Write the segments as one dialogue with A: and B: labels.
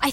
A: I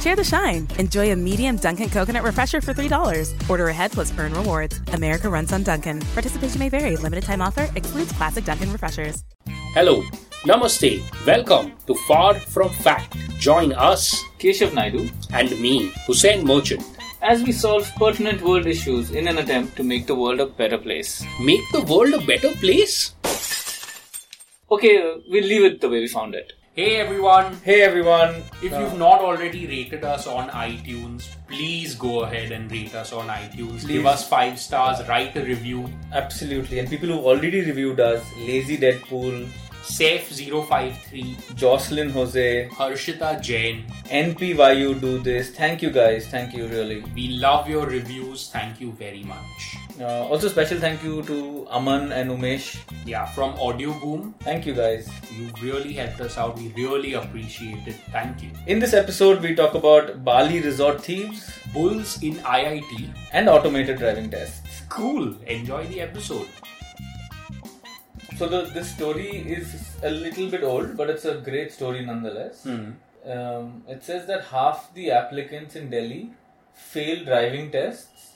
B: Share the shine. Enjoy a medium Dunkin' coconut refresher for $3. Order ahead plus earn rewards. America runs on Dunkin'. Participation may vary. Limited time offer excludes classic Dunkin' refreshers.
C: Hello, Namaste, welcome to Far From Fact. Join us
D: Keshav Naidu,
C: and me, Hussein Merchant.
D: as we solve pertinent world issues in an attempt to make the world a better place.
C: Make the world a better place?
D: Okay, uh, we'll leave it the way we found it.
E: Hey everyone,
C: Hey everyone.
E: if you've not already rated us on iTunes, please go ahead and rate us on iTunes. Give us five stars, write a review.
F: Absolutely. And people who already reviewed us Lazy Deadpool,
E: Safe053,
F: Jocelyn Jose,
E: Harshita Jain.
F: NPYU Do This. Thank you guys. Thank you, really.
E: We love your reviews. Thank you very much.
F: Uh, also, special thank you to Aman and Umesh.
E: Yeah, from Audio Boom,
F: Thank you guys.
E: you really helped us out. We really appreciate it. Thank you.
F: In this episode, we talk about Bali resort thieves
E: Bulls in IIT.
F: and automated driving tests.
E: Cool. Enjoy the episode.
F: So, the, this story is a little bit old, but it's a great story nonetheless. Um, it says that half the applicants in Delhi fail driving tests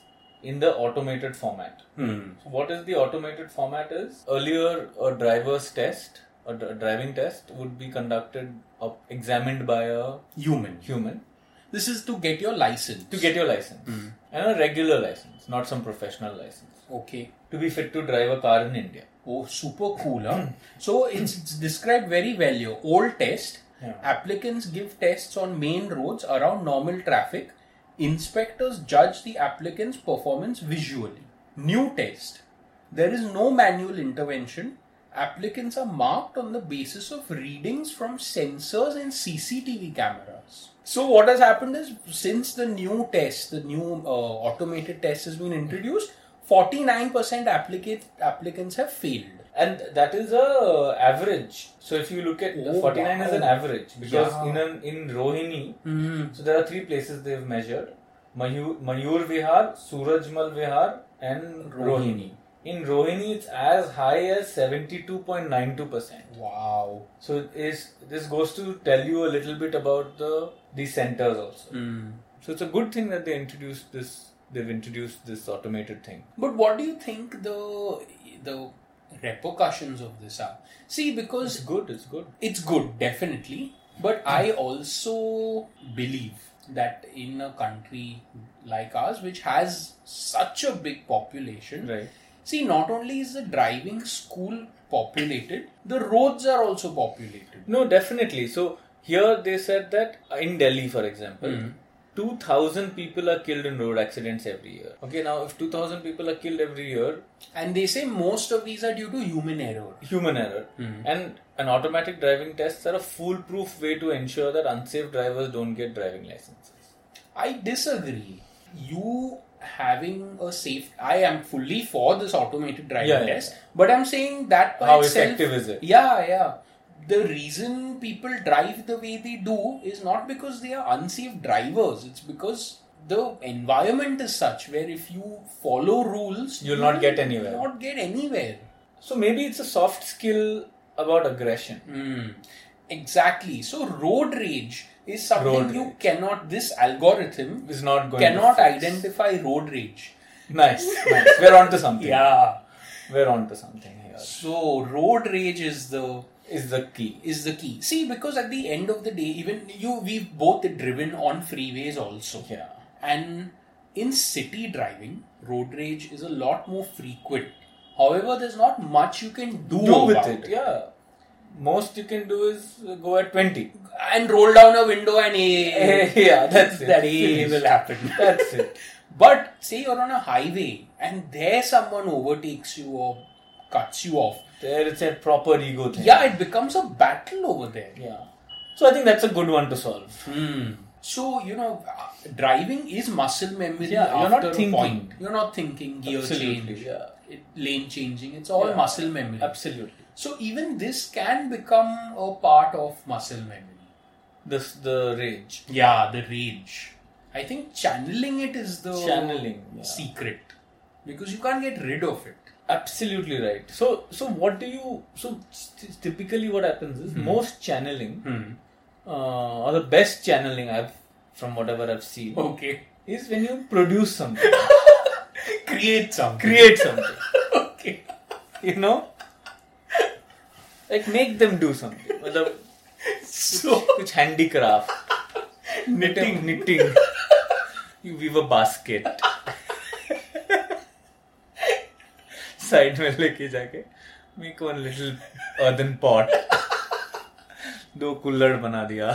F: in the automated format.
E: Hmm.
F: What is the automated format is earlier a driver's test a dr- driving test would be conducted up, examined by a
E: Human.
F: human
E: This is to get your license.
F: to get your license and a regular license not some professional license
E: Okay.
F: to be fit to drive a car in India
E: Oh, super cool, huh? so it's, it's described very well here. Old test. Applicants give tests on main roads around normal traffic. Inspectors judge the applicant's performance visually. New test. There is no manual intervention. Applicants are marked on the basis of readings from sensors and CCTV cameras. So, what has happened is since the new test, the new uh, automated test has been introduced, 49% applicant, applicants have failed.
F: and that is a average so if you look at
E: Oh,
F: 49 is an
E: wow.
F: average because
E: Yeah. Mm-hmm.
F: in an, in Rohini so there are three places they've measured Mayur, Mayur Vihar Surajmal Vihar and
E: Rohini.
F: Rohini. in Rohini it's as high as 72.92%
E: Wow.
F: So is this goes to tell you a little bit about the the centers also.
E: Mm.
F: So it's a good thing that they introduced this. They've introduced this automated thing.
E: But what do you think the the repercussions of this are? See, because
F: It's good. It's good.
E: it's good, definitely. But I also believe that in a country like ours, which has such a big population,
F: Right.
E: see, not only is the driving school populated, the roads are also populated.
F: No, definitely. So here they said that uh, in Delhi, for example.
E: Hmm.
F: 2000 people are killed in road accidents every year okay now if 2000 people are killed every year
E: And they say most of these are due to human error.
F: human error
E: Hmm.
F: and an automatic driving tests are a foolproof way to ensure that unsafe drivers don't get driving licenses
E: I disagree. You having a safe. I am fully for this automated driving
F: Yeah, yeah,
E: test,
F: yeah.
E: but I'm saying that by
F: How
E: itself,
F: effective is it?
E: Yeah, yeah. The reason people drive the way they do is not because they are unsafe drivers. It's because the environment is such where if you follow rules,
F: You'll
E: you
F: not
E: will
F: get anywhere.
E: Not get anywhere.
F: So maybe it's a soft skill about aggression.
E: Hmm. Exactly. So road rage is something
F: Road
E: you
F: rage.
E: cannot. This algorithm
F: Is not going to
E: cannot
F: fix.
E: identify road rage.
F: Nice, nice. We're on to something.
E: Yeah.
F: We're on to something here.
E: So road rage is the
F: Is the key.
E: is the key. See, because at the end of the day, even you we've both driven on freeways also.
F: Yeah.
E: And in city driving, road rage is a lot more frequent. However, there's not much you can do,
F: Do with
E: about
F: it. Yeah. Most you can do is uh, go at 20.
E: And roll down a window and eh,
F: yeah, that's it.
E: that eh,
F: Finished.
E: will happen.
F: That's it.
E: But say you're on a highway and there someone overtakes you or cuts you off.
F: There it's a proper ego thing.
E: Yeah, it becomes a battle over there.
F: Yeah. So I think that's a good one to solve.
E: So you know, uh, driving is muscle memory.
F: Yeah, you're not
E: after a
F: thinking.
E: Point. You're not thinking gear
F: Absolutely,
E: change,
F: yeah.
E: it- lane changing. It's all
F: Yeah.
E: muscle memory.
F: Absolutely.
E: So even this can become a part of muscle memory.
F: This the rage.
E: Yeah, the rage. I think channeling it is the
F: Channeling, yeah.
E: secret because you can't get rid of it.
F: Absolutely right. So so what do you so t- typically what happens is most channeling uh, or the best channeling I've from whatever I've seen
E: Okay,
F: is when you produce something,
E: create something.
F: create something.
E: okay.
F: You know, like make them do something. मतलब
E: So
F: कुछ handicraft, knitting, knitting. You weave a basket. Side में लेके जाके make one little earthen pot दो कुल्लड़ बना दिया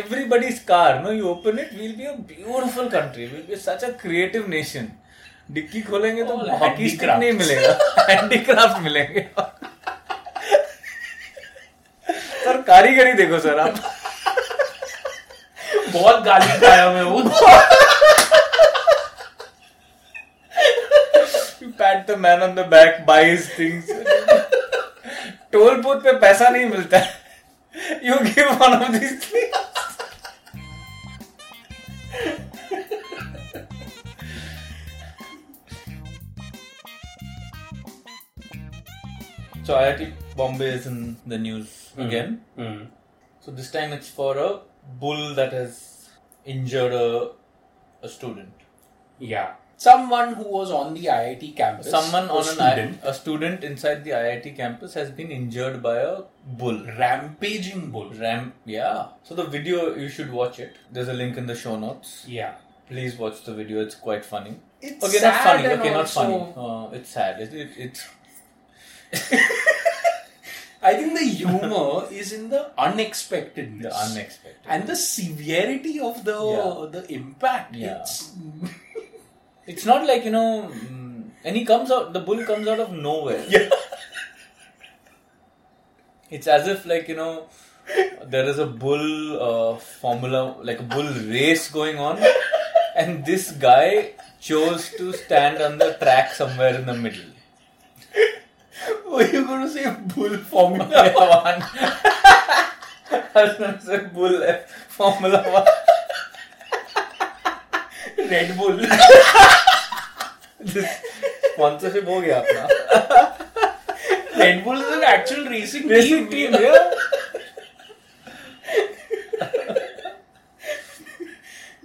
F: everybody's car no you open it we'll be a beautiful country we'll be such a creative nation dicky खोलेंगे तो
E: All
F: hockey stick
E: handicrafts.
F: नहीं मिलेगा हैंडीक्राफ्ट मिलेंगे सर कारीगरी देखो सर आप
E: बहुत गाली खाया मैं वो
F: You pat the man on the back, buy his things. Toll booth पे पैसा नहीं मिलता you give one of these things So IIT Bombay is in the news again. So this time it's for a bull that has injured a, a student.
E: Yeah. Someone who was on the IIT campus.
F: Someone
E: a
F: on an I-
E: student,
F: a student inside the IIT campus has been injured by a bull.
E: rampaging bull.
F: Ram, yeah. So the video you should watch it. There's a link in the show notes.
E: Yeah.
F: Please watch the video. It's quite funny.
E: It's
F: okay, not
E: sad
F: funny.
E: and
F: Okay, not
E: also-
F: funny. Uh, it's sad. It, it, it's
E: I think the humor is in the unexpectedness.
F: the unexpected.
E: And the severity of the
F: Yeah.
E: the impact.
F: Yeah.
E: It's
F: It's not like you know. mm, And he comes out. The bull comes out of nowhere.
E: Yeah.
F: It's as if like you know. There is a bull uh, formula, like a bull race going on, and this guy chose to stand on the track somewhere in the middle.
E: Were you oh, gonna say bull formula?
F: Formula One. I was gonna say Bull eh, Formula One.
E: Red Bull.
F: Sponsorship हो गया अपना.
E: Red Bull is an actual racing,
F: Racing
E: team.
F: team, yeah.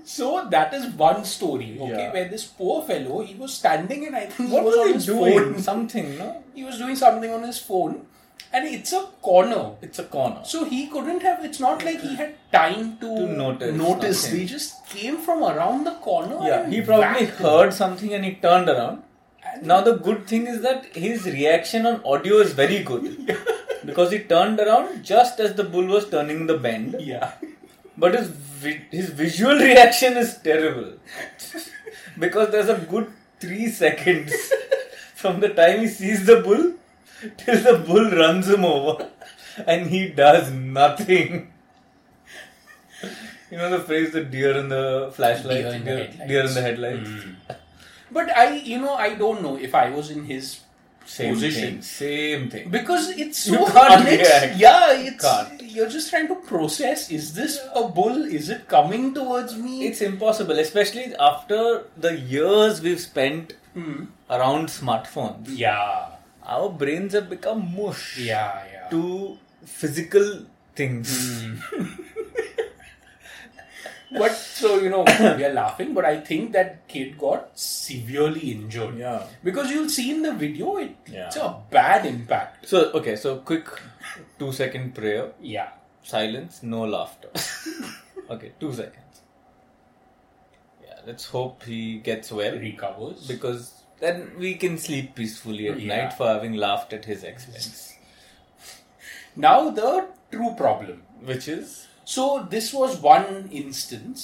E: So that is one story, okay,
F: Yeah.
E: where this poor fellow he was standing and I think
F: What
E: he was, on
F: was
E: his
F: he doing?
E: phone.
F: Something, no?
E: He was doing something on his phone and it's a corner.
F: It's a corner.
E: So he couldn't have. It's not like he had time to,
F: To notice something.
E: They just came from around the corner.
F: Yeah,
E: and
F: he probably
E: whacked him.
F: heard something and he turned around. Now the good thing is that his reaction on audio is very good. Because he turned around just as the bull was turning the bend.
E: Yeah,
F: But his vi- his visual reaction is terrible because there's a good three seconds from the time he sees the bull till the bull runs him over, and he does nothing. You know the phrase "the deer in the flashlight,"
E: Deer in the headlights. Hmm.
F: deer in the headlights.
E: but I, you know, I don't know if I was in his
F: Same
E: Position.
F: thing. Same thing.
E: because it's so
F: You can't
E: unex-
F: react.
E: Yeah, it's
F: Can't.
E: you're just trying to process. Is this a bull? Is it coming towards me?
F: It's impossible, especially after the years we've spent around smartphones.
E: Hmm. yeah,
F: our brains have become mush
E: yeah, yeah.
F: to physical things.
E: But so you know, we are laughing. But I think that kid got severely injured.
F: Yeah.
E: because you'll see in the video, it,
F: Yeah.
E: it's a bad impact.
F: So okay, so quick two second prayer,
E: Yeah.
F: silence, no laughter. okay, two seconds. Yeah, let's hope he gets well
E: recovers.
F: because then we can sleep peacefully at
E: Yeah.
F: night for having laughed at his expense.
E: Now the true problem.
F: Which is
E: So this was one instance.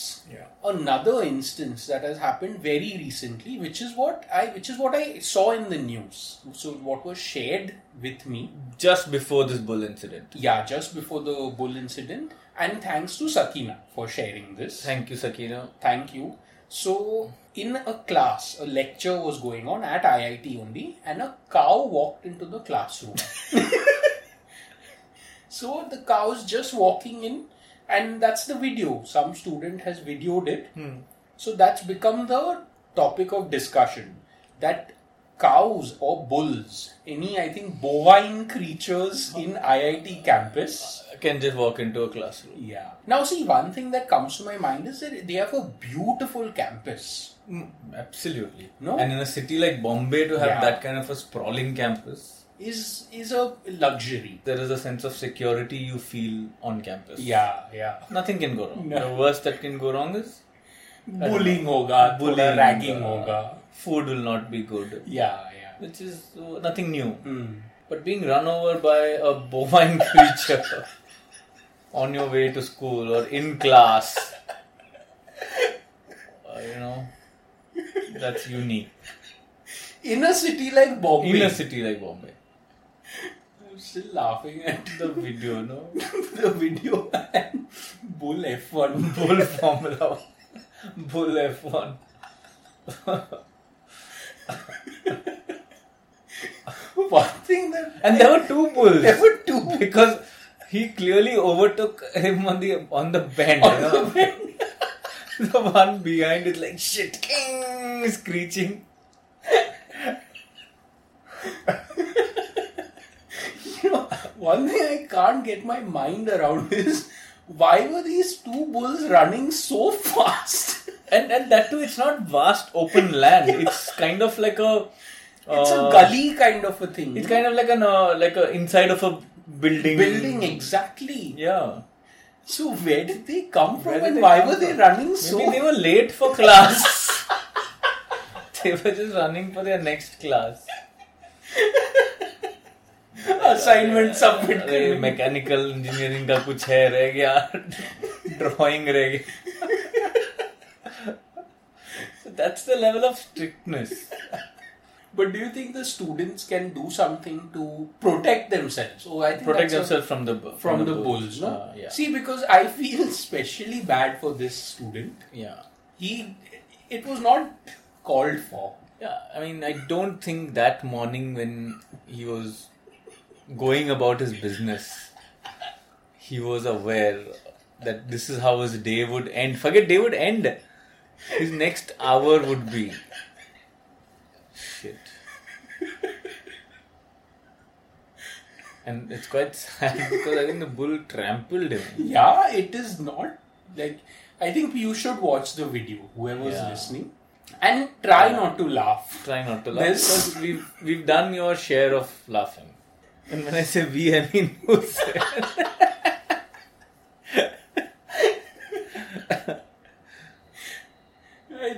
E: Another instance that has happened very recently, which is what I which is what I saw in the news. So what was shared with me.
F: just before this bull incident.
E: Yeah, just before the bull incident. And thanks to Sakina for sharing this.
F: Thank you, Sakina.
E: Thank you. So, in a class, a lecture was going on at IIT only, and a cow walked into the classroom. so, the cow's just walking in, and that's the video. Some student has videoed it. So, that's become the topic of discussion that cows or bulls, any, I think, bovine creatures in IIT campus.
F: Can just walk into a classroom.
E: Yeah. Now, see, one thing that comes to my mind is that they have a beautiful campus.
F: Absolutely.
E: Mm. No?
F: And in a city like Bombay, to have
E: Yeah.
F: that kind of a sprawling campus,
E: Is is a luxury.
F: there is a sense of security you feel on campus.
E: Yeah, yeah.
F: Nothing can go wrong.
E: No.
F: The worst that can go wrong is
E: Bullying hoga, bullying,
F: Bullying,
E: ragging
F: uh,
E: hoga.
F: food will not be good,
E: Yeah, Hmm. yeah.
F: which is uh, nothing new. But being run over by a bovine creature on your way to school or in class, uh, you know, that's unique.
E: In a city like Bombay,
F: In a city like Bombay.
E: I'm still laughing at
F: The video, no?
E: the video and bull F1.
F: Bull Formula One. Bull F1.
E: One thing that
F: And there were two bulls.
E: there were two
F: because he clearly overtook him on the on the bend. you know? the one behind is like shit, king, screeching.
E: one thing I can't get my mind around is why were these two bulls running so fast?
F: And and that too, it's not vast open land. It's kind of like a.
E: It's
F: uh,
E: a gully kind of a thing.
F: It's kind of like an uh, like a inside of a building.
E: building exactly.
F: Yeah.
E: So where did they come from
F: Where did
E: and
F: they
E: why
F: come
E: were they
F: from?
E: running
F: Maybe
E: so?
F: they were late for class. they were just running for their next class.
E: assignment submit
F: अरे
E: करने में
F: mechanical engineering का कुछ है रह गया drawing रह गया that's the level of strictness
E: But do you think the students can do something to protect themselves? Oh, I think that's a-
F: protect yourself from the
E: from, the bulls. uh, no?
F: Yeah
E: See, because I feel especially bad for this student.
F: Yeah
E: He, it was not called for.
F: Yeah, I mean, I don't think that morning when he was going about his business, he was aware that this is how his day would end. Forget day would end. His next hour would be. Shit. And it's quite sad because I think the bull trampled him.
E: Yeah, it is not like. I think you should watch the video. Whoever's
F: Yeah.
E: listening, and try not to laugh.
F: Try not to laugh.
E: This-
F: because we've, we've done your share of laughing. And when I say we, I mean who's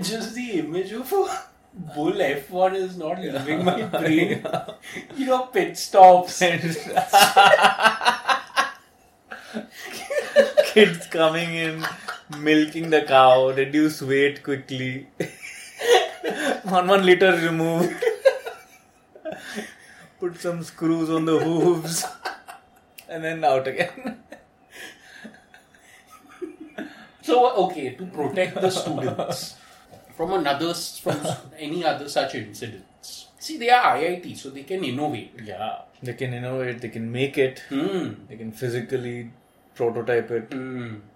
E: Just the image of a bull F1 is not leaving my brain. You know, pit stops.
F: Kids coming in, milking the cow, reduce weight quickly. one one liter removed. Put some screws on the hooves, and then out again.
E: So okay, to protect the students from another from any other such incidents. See, they are IIT, so they can innovate.
F: Yeah, they can innovate. They can make it. They can physically prototype it.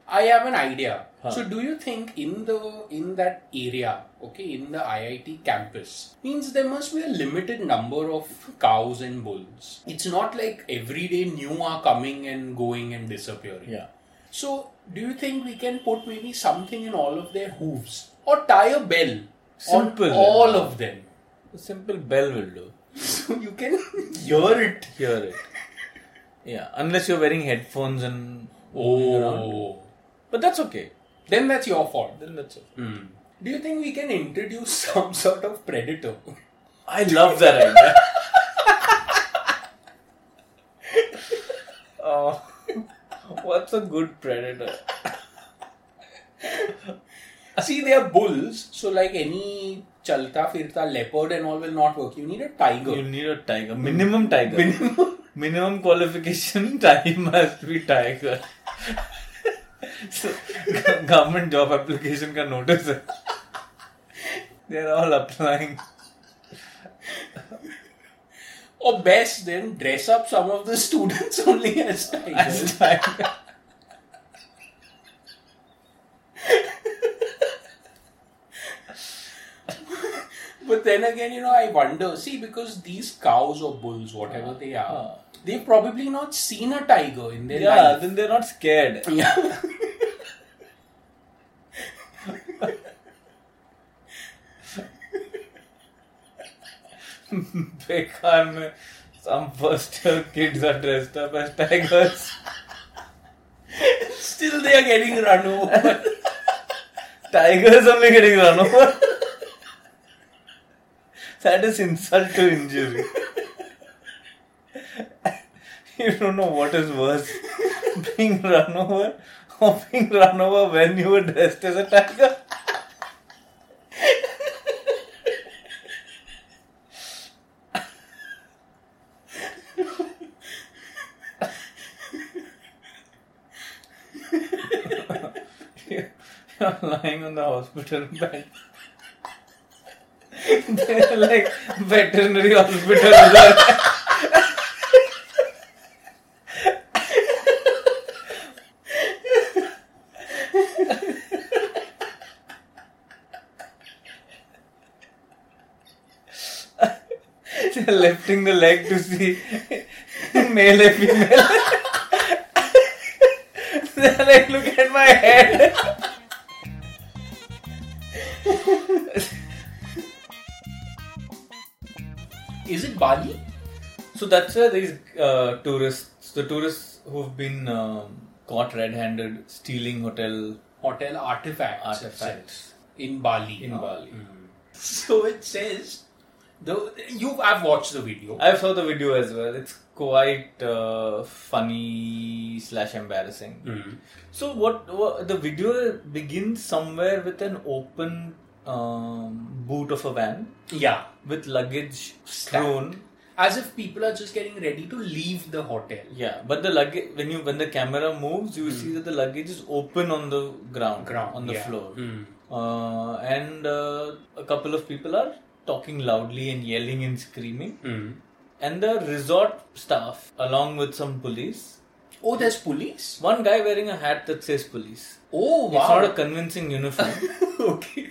E: I have an idea. So, do you think in the in that area, okay, in the IIT campus, means there must be a limited number of cows and bulls. It's not like every day new are coming and going and disappearing.
F: Yeah.
E: So, do you think we can put maybe something in all of their hooves or tie a bell
F: Simple.
E: on all of them?
F: A simple bell will do.
E: So you can hear it.
F: Hear it. Yeah, unless you're wearing headphones and.
E: Oh.
F: But that's okay.
E: Then that's your fault.
F: Then that's okay.
E: Do you think we can introduce some sort of predator?
F: I love that idea. oh, what's a good predator?
E: See, they are bulls, so like any chalta firta leopard and all will not work. You need a
F: You
E: tiger.
F: need a tiger. Minimum tiger. Minimum, Minimum qualification time must be tiger. so, government job application का notice है. They're all applying.
E: Or best, then dress up some of the students only as tigers. But then again, you know, I wonder. See, because these cows or bulls, whatever they are, they've probably not seen a tiger in their
F: yeah,
E: life.
F: then they're not scared.
E: Yeah.
F: Bekan में some first year kids are dressed up as tigers.
E: Still, they are getting run over.
F: Tigers only getting run over. that is insult to injury. you don't know what is worse being run over or being run over when you were dressed as a tiger. You're lying on the hospital bed. They're like veterinary hospital. alert. They're lifting the leg to see male and female. They're like, look at my head.
E: Is it Bali?
F: So that's where these uh, tourists, the tourists who've been um, caught red-handed stealing hotel
E: Hotel artifacts.
F: artifacts
E: in Bali.
F: in
E: Uh,
F: Bali.
E: So it says, the you. I've watched the video.
F: I saw the video as well. It's quite uh, funny slash embarrassing. So what, what the video begins somewhere with an open um, boot of a van
E: Yeah.
F: with luggage
E: Stacked.
F: strewn.
E: As if people are just getting ready to leave the hotel.
F: Yeah, but the luggage when you when the camera moves, you see that the luggage is open on the ground,
E: Ground,
F: on the
E: yeah. Hmm.
F: floor, uh, and uh, a couple of people are talking loudly and yelling and screaming,
E: Hmm.
F: and the resort staff along with some police.
E: Oh, there's police.
F: One guy wearing a hat that says police.
E: Oh
F: It's
E: wow.
F: not a convincing uniform.
E: okay.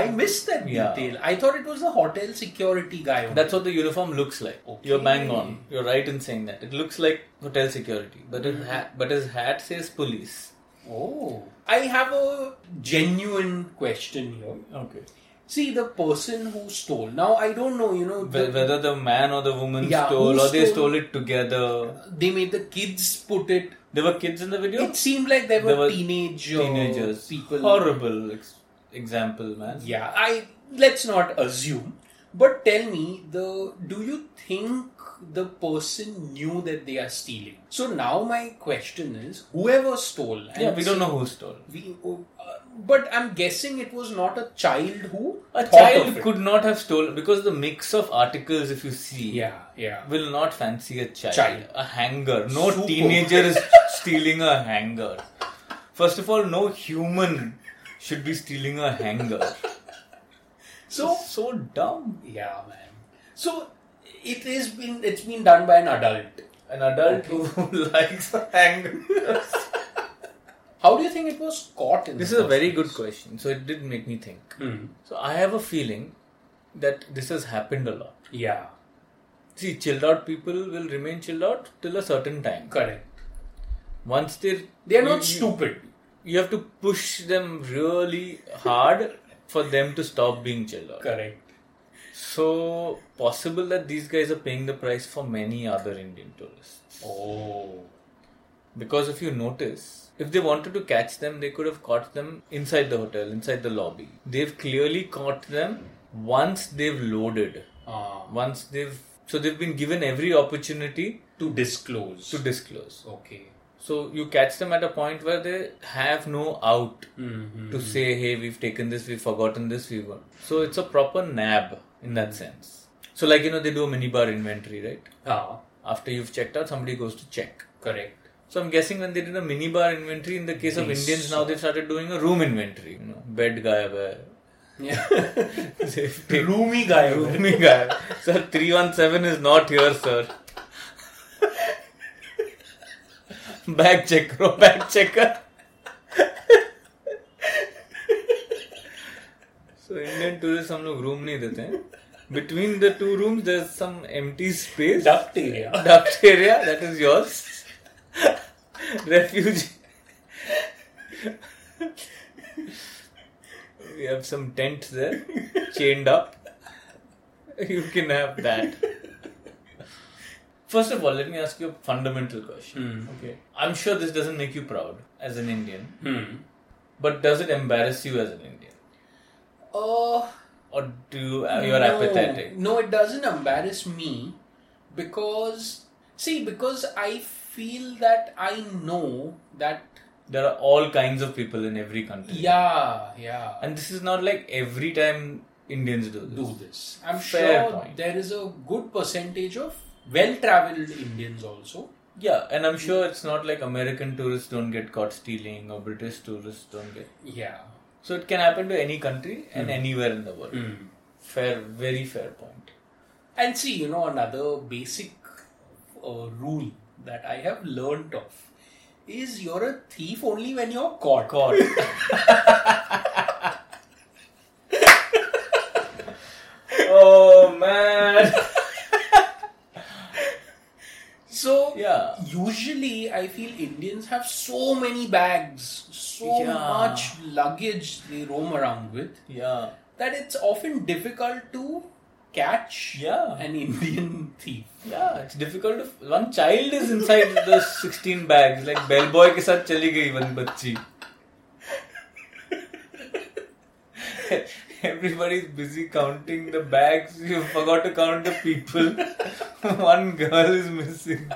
E: I missed that
F: Yeah.
E: detail. I thought it was the hotel security guy. only.
F: That's what the uniform looks like. You're bang on. You're right in saying that. It looks like hotel security, but
E: Hmm.
F: his hat, but his hat says police.
E: Oh. I have a genuine question here.
F: Okay.
E: See, the person who stole. Now, I don't know, you know,
F: Wh-
E: the,
F: whether the man or the woman
E: Yeah,
F: stole or
E: who
F: they
E: stole-
F: stole it together.
E: they made the kids put it.
F: There were kids in the video.
E: It seemed like there were,
F: There were
E: teenage uh,
F: Teenagers.
E: people.
F: Horrible ex- example, man.
E: Yeah, I let's not assume, but tell me the do you think the person knew that they are stealing? So now my question is, whoever stole, and
F: Yeah, we don't know who stole.
E: we, oh, uh, but I'm guessing it was not a child who
F: A
E: thought of
F: child
E: it.
F: could not have stolen because the mix of articles, if you see,
E: Yeah, yeah.
F: will not fancy a child.
E: Child.
F: A hanger. No
E: Super.
F: teenager is stealing a hanger. First of all, no human should be stealing a hanger.
E: So
F: so dumb.
E: yeah, man. So it is been it's been done by an adult.
F: An adult who likes a hanger.
E: How do you think it was caught in?
F: This
E: the
F: is a
E: first
F: very
E: place?
F: good question. So it did make me think.
E: Hmm.
F: So I have a feeling that this has happened a lot.
E: Yeah,
F: See, chilled out people will remain chilled out till a certain time.
E: correct.
F: Once they
E: They are not
F: you,
E: stupid.
F: You have to push them really hard for them to stop being chilled out.
E: Correct.
F: So possible that these guys are paying the price for many other Indian tourists.
E: Oh.
F: Because if you notice, if they wanted to catch them, they could have caught them inside the hotel, inside the lobby. They've clearly caught them once they've loaded.
E: Ah.
F: Once they've so they've been given every opportunity
E: to disclose.
F: to disclose.
E: okay.
F: So you catch them at a point where they have no out to say, "Hey, we've taken this, we've forgotten this, we won." So it's a proper nab in that sense. So like you know, they do a minibar inventory, right?
E: Ah,
F: After you've checked out, somebody goes to check.
E: correct.
F: So I'm guessing when they did a minibar inventory, in the case of Indians now, they started doing a room inventory. You know, bed gaya hua hai, Safety.
E: Roomy guy.
F: Roomy guy. sir, 317 is not here, sir. back checker, oh, back checker. so Indian tourists हम लोग room नहीं देते हैं. Between the two rooms there's some empty space.
E: Duct area.
F: duct area that is yours refuge we have some tents there chained up you can have that first of all let me ask you a fundamental
E: Hmm.
F: question okay i'm sure this doesn't make you proud as an indian
E: Hmm.
F: but does it embarrass you as an indian
E: Oh.
F: or do you uh, you're apathetic
E: No, it doesn't embarrass me because see, because I feel that I know that
F: there are all kinds of people in every country
E: yeah, yeah,
F: and this is not like every time indians do this
E: do this. I'm
F: Fair
E: sure
F: point.
E: there is a good percentage of well-traveled Indians also.
F: Yeah, and I'm sure it's not like American tourists don't get caught stealing or British tourists don't get.
E: Yeah,
F: So it can happen to any country and
E: Hmm.
F: anywhere in the world. Fair, very fair point.
E: and see, you know, another basic uh, rule that I have learnt of is you're a thief only when you're caught.
F: Caught. oh man.
E: So
F: Yeah.
E: usually I feel Indians have so many bags, so
F: Yeah.
E: much luggage they roam around with
F: Yeah.
E: that it's often difficult to catch
F: Yeah.
E: an Indian thief.
F: Yeah, it's difficult to. One child is inside the 16 bags. Like bellboy के साथ चली गई one बच्ची. Everybody's busy counting the bags. You forgot to count the people. one girl is missing.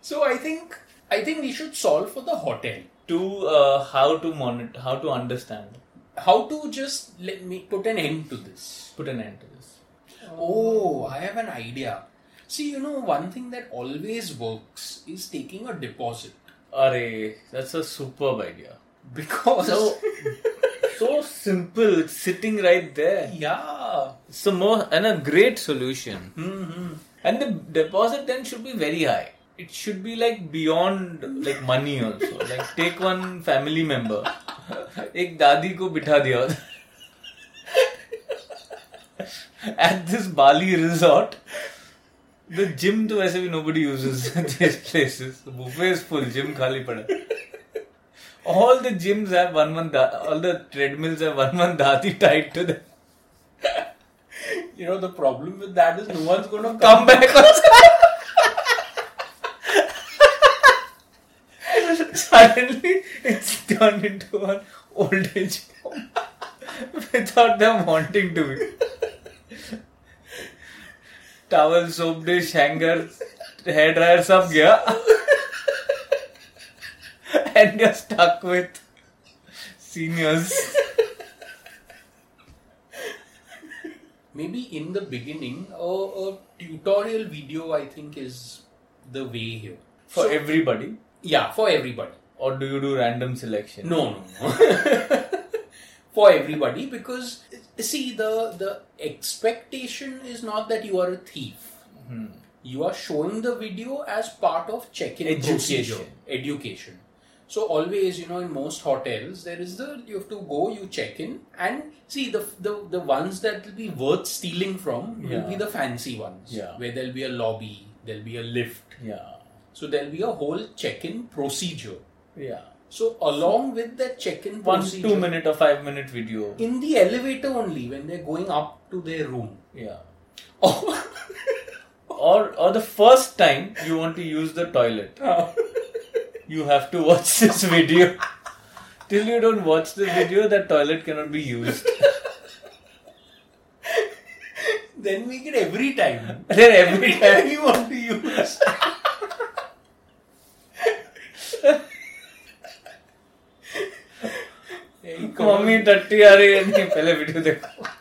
E: So I think I think we should solve for the hotel.
F: To uh, how to monitor, how to understand.
E: How to just let me put an end to this.
F: Put an end to this.
E: Oh, I have an idea. See, you know, one thing that always works is taking a deposit
F: Array, that's a superb idea.
E: because
F: So, so simple. It's sitting right there.
E: yeah,
F: So more and a great solution. And the deposit then should be very high. It should be like beyond like money also. like take one family member. एक दादी को बिठा दिया At this Bali resort, the gym तो वैसे भी nobody uses these places. Buffet is full, gym खाली पड़ा. All the gyms have one one da- all the treadmills have one one dati tied to them.
E: you know the problem with that is no one's going to come.
F: come back on Suddenly, it's turned into an old age home without them wanting to be. Towel, soap dish, hanger, hair dryer, सब गया. And you're stuck with seniors.
E: maybe in the beginning a, a tutorial video i think is the way here
F: For everybody.
E: yeah for everybody
F: Or do you do random selection?
E: no no, no. for everybody because see the the expectation is not that you are a thief you are showing the video as part of check-in
F: Education.
E: procedure education so always you know in most hotels there is the you have to go you check in and see the the, the ones that will be worth stealing from will
F: Yeah.
E: be the fancy ones
F: Yeah.
E: where there'll be a lobby there'll be a lift
F: Yeah.
E: so there'll be a whole check-in procedure
F: Yeah.
E: so along with that check-in
F: one
E: procedure,
F: two minute or five minute video.
E: in the elevator only when they're going up to their room
F: Yeah.
E: oh,
F: Or or the first time you want to use the toilet,
E: Oh.
F: you have to watch this video. Till you don't watch the video, that toilet cannot be used.
E: then make it every time
F: then every time
E: you want to use
F: mummy टट्टी आ रही है नहीं पहले video देखो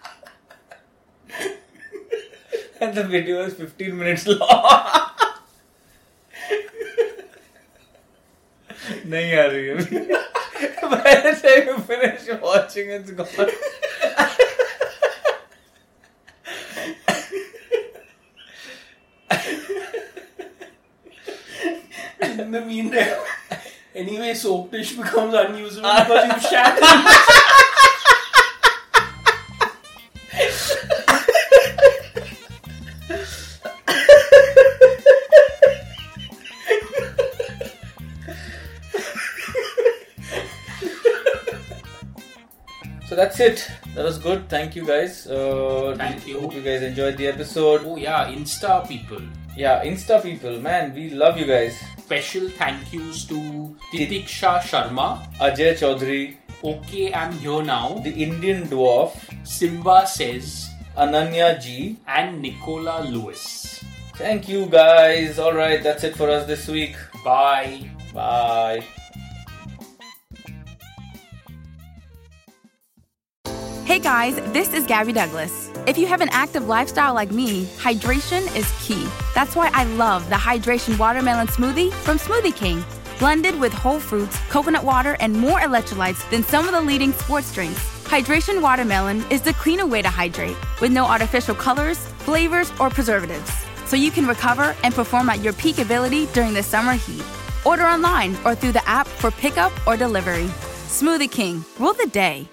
F: and the video is 15 minutes long नहीं आ रही है अभी by the time you finish watching it's gone
E: in the meantime, anyway, soap dish becomes unusable because you shat in it.
F: So that's it. That was good. Thank you guys. Uh,
E: Thank you.
F: Hope you guys enjoyed the episode.
E: Oh yeah, Insta people.
F: Yeah, Insta people, man, we love you guys.
E: Special thank yous to Titiksha Sharma.
F: Ajay Chaudhary,
E: Okay, I'm here now.
F: the Indian dwarf,
E: Simba says,
F: Ananya G.
E: and Nicola Lewis.
F: Thank you guys. All right, that's it for us this week.
E: Bye.
F: Bye.
B: Hey guys, this is Gabby Douglas. If you have an active lifestyle like me, hydration is key. That's why I love the Hydration Watermelon Smoothie from Smoothie King. Blended with whole fruits, coconut water, and more electrolytes than some of the leading sports drinks, Hydration Watermelon is the cleaner way to hydrate with no artificial colors, flavors, or preservatives. So you can recover and perform at your peak ability during the summer heat. Order online or through the app for pickup or delivery. Smoothie King, rule the day.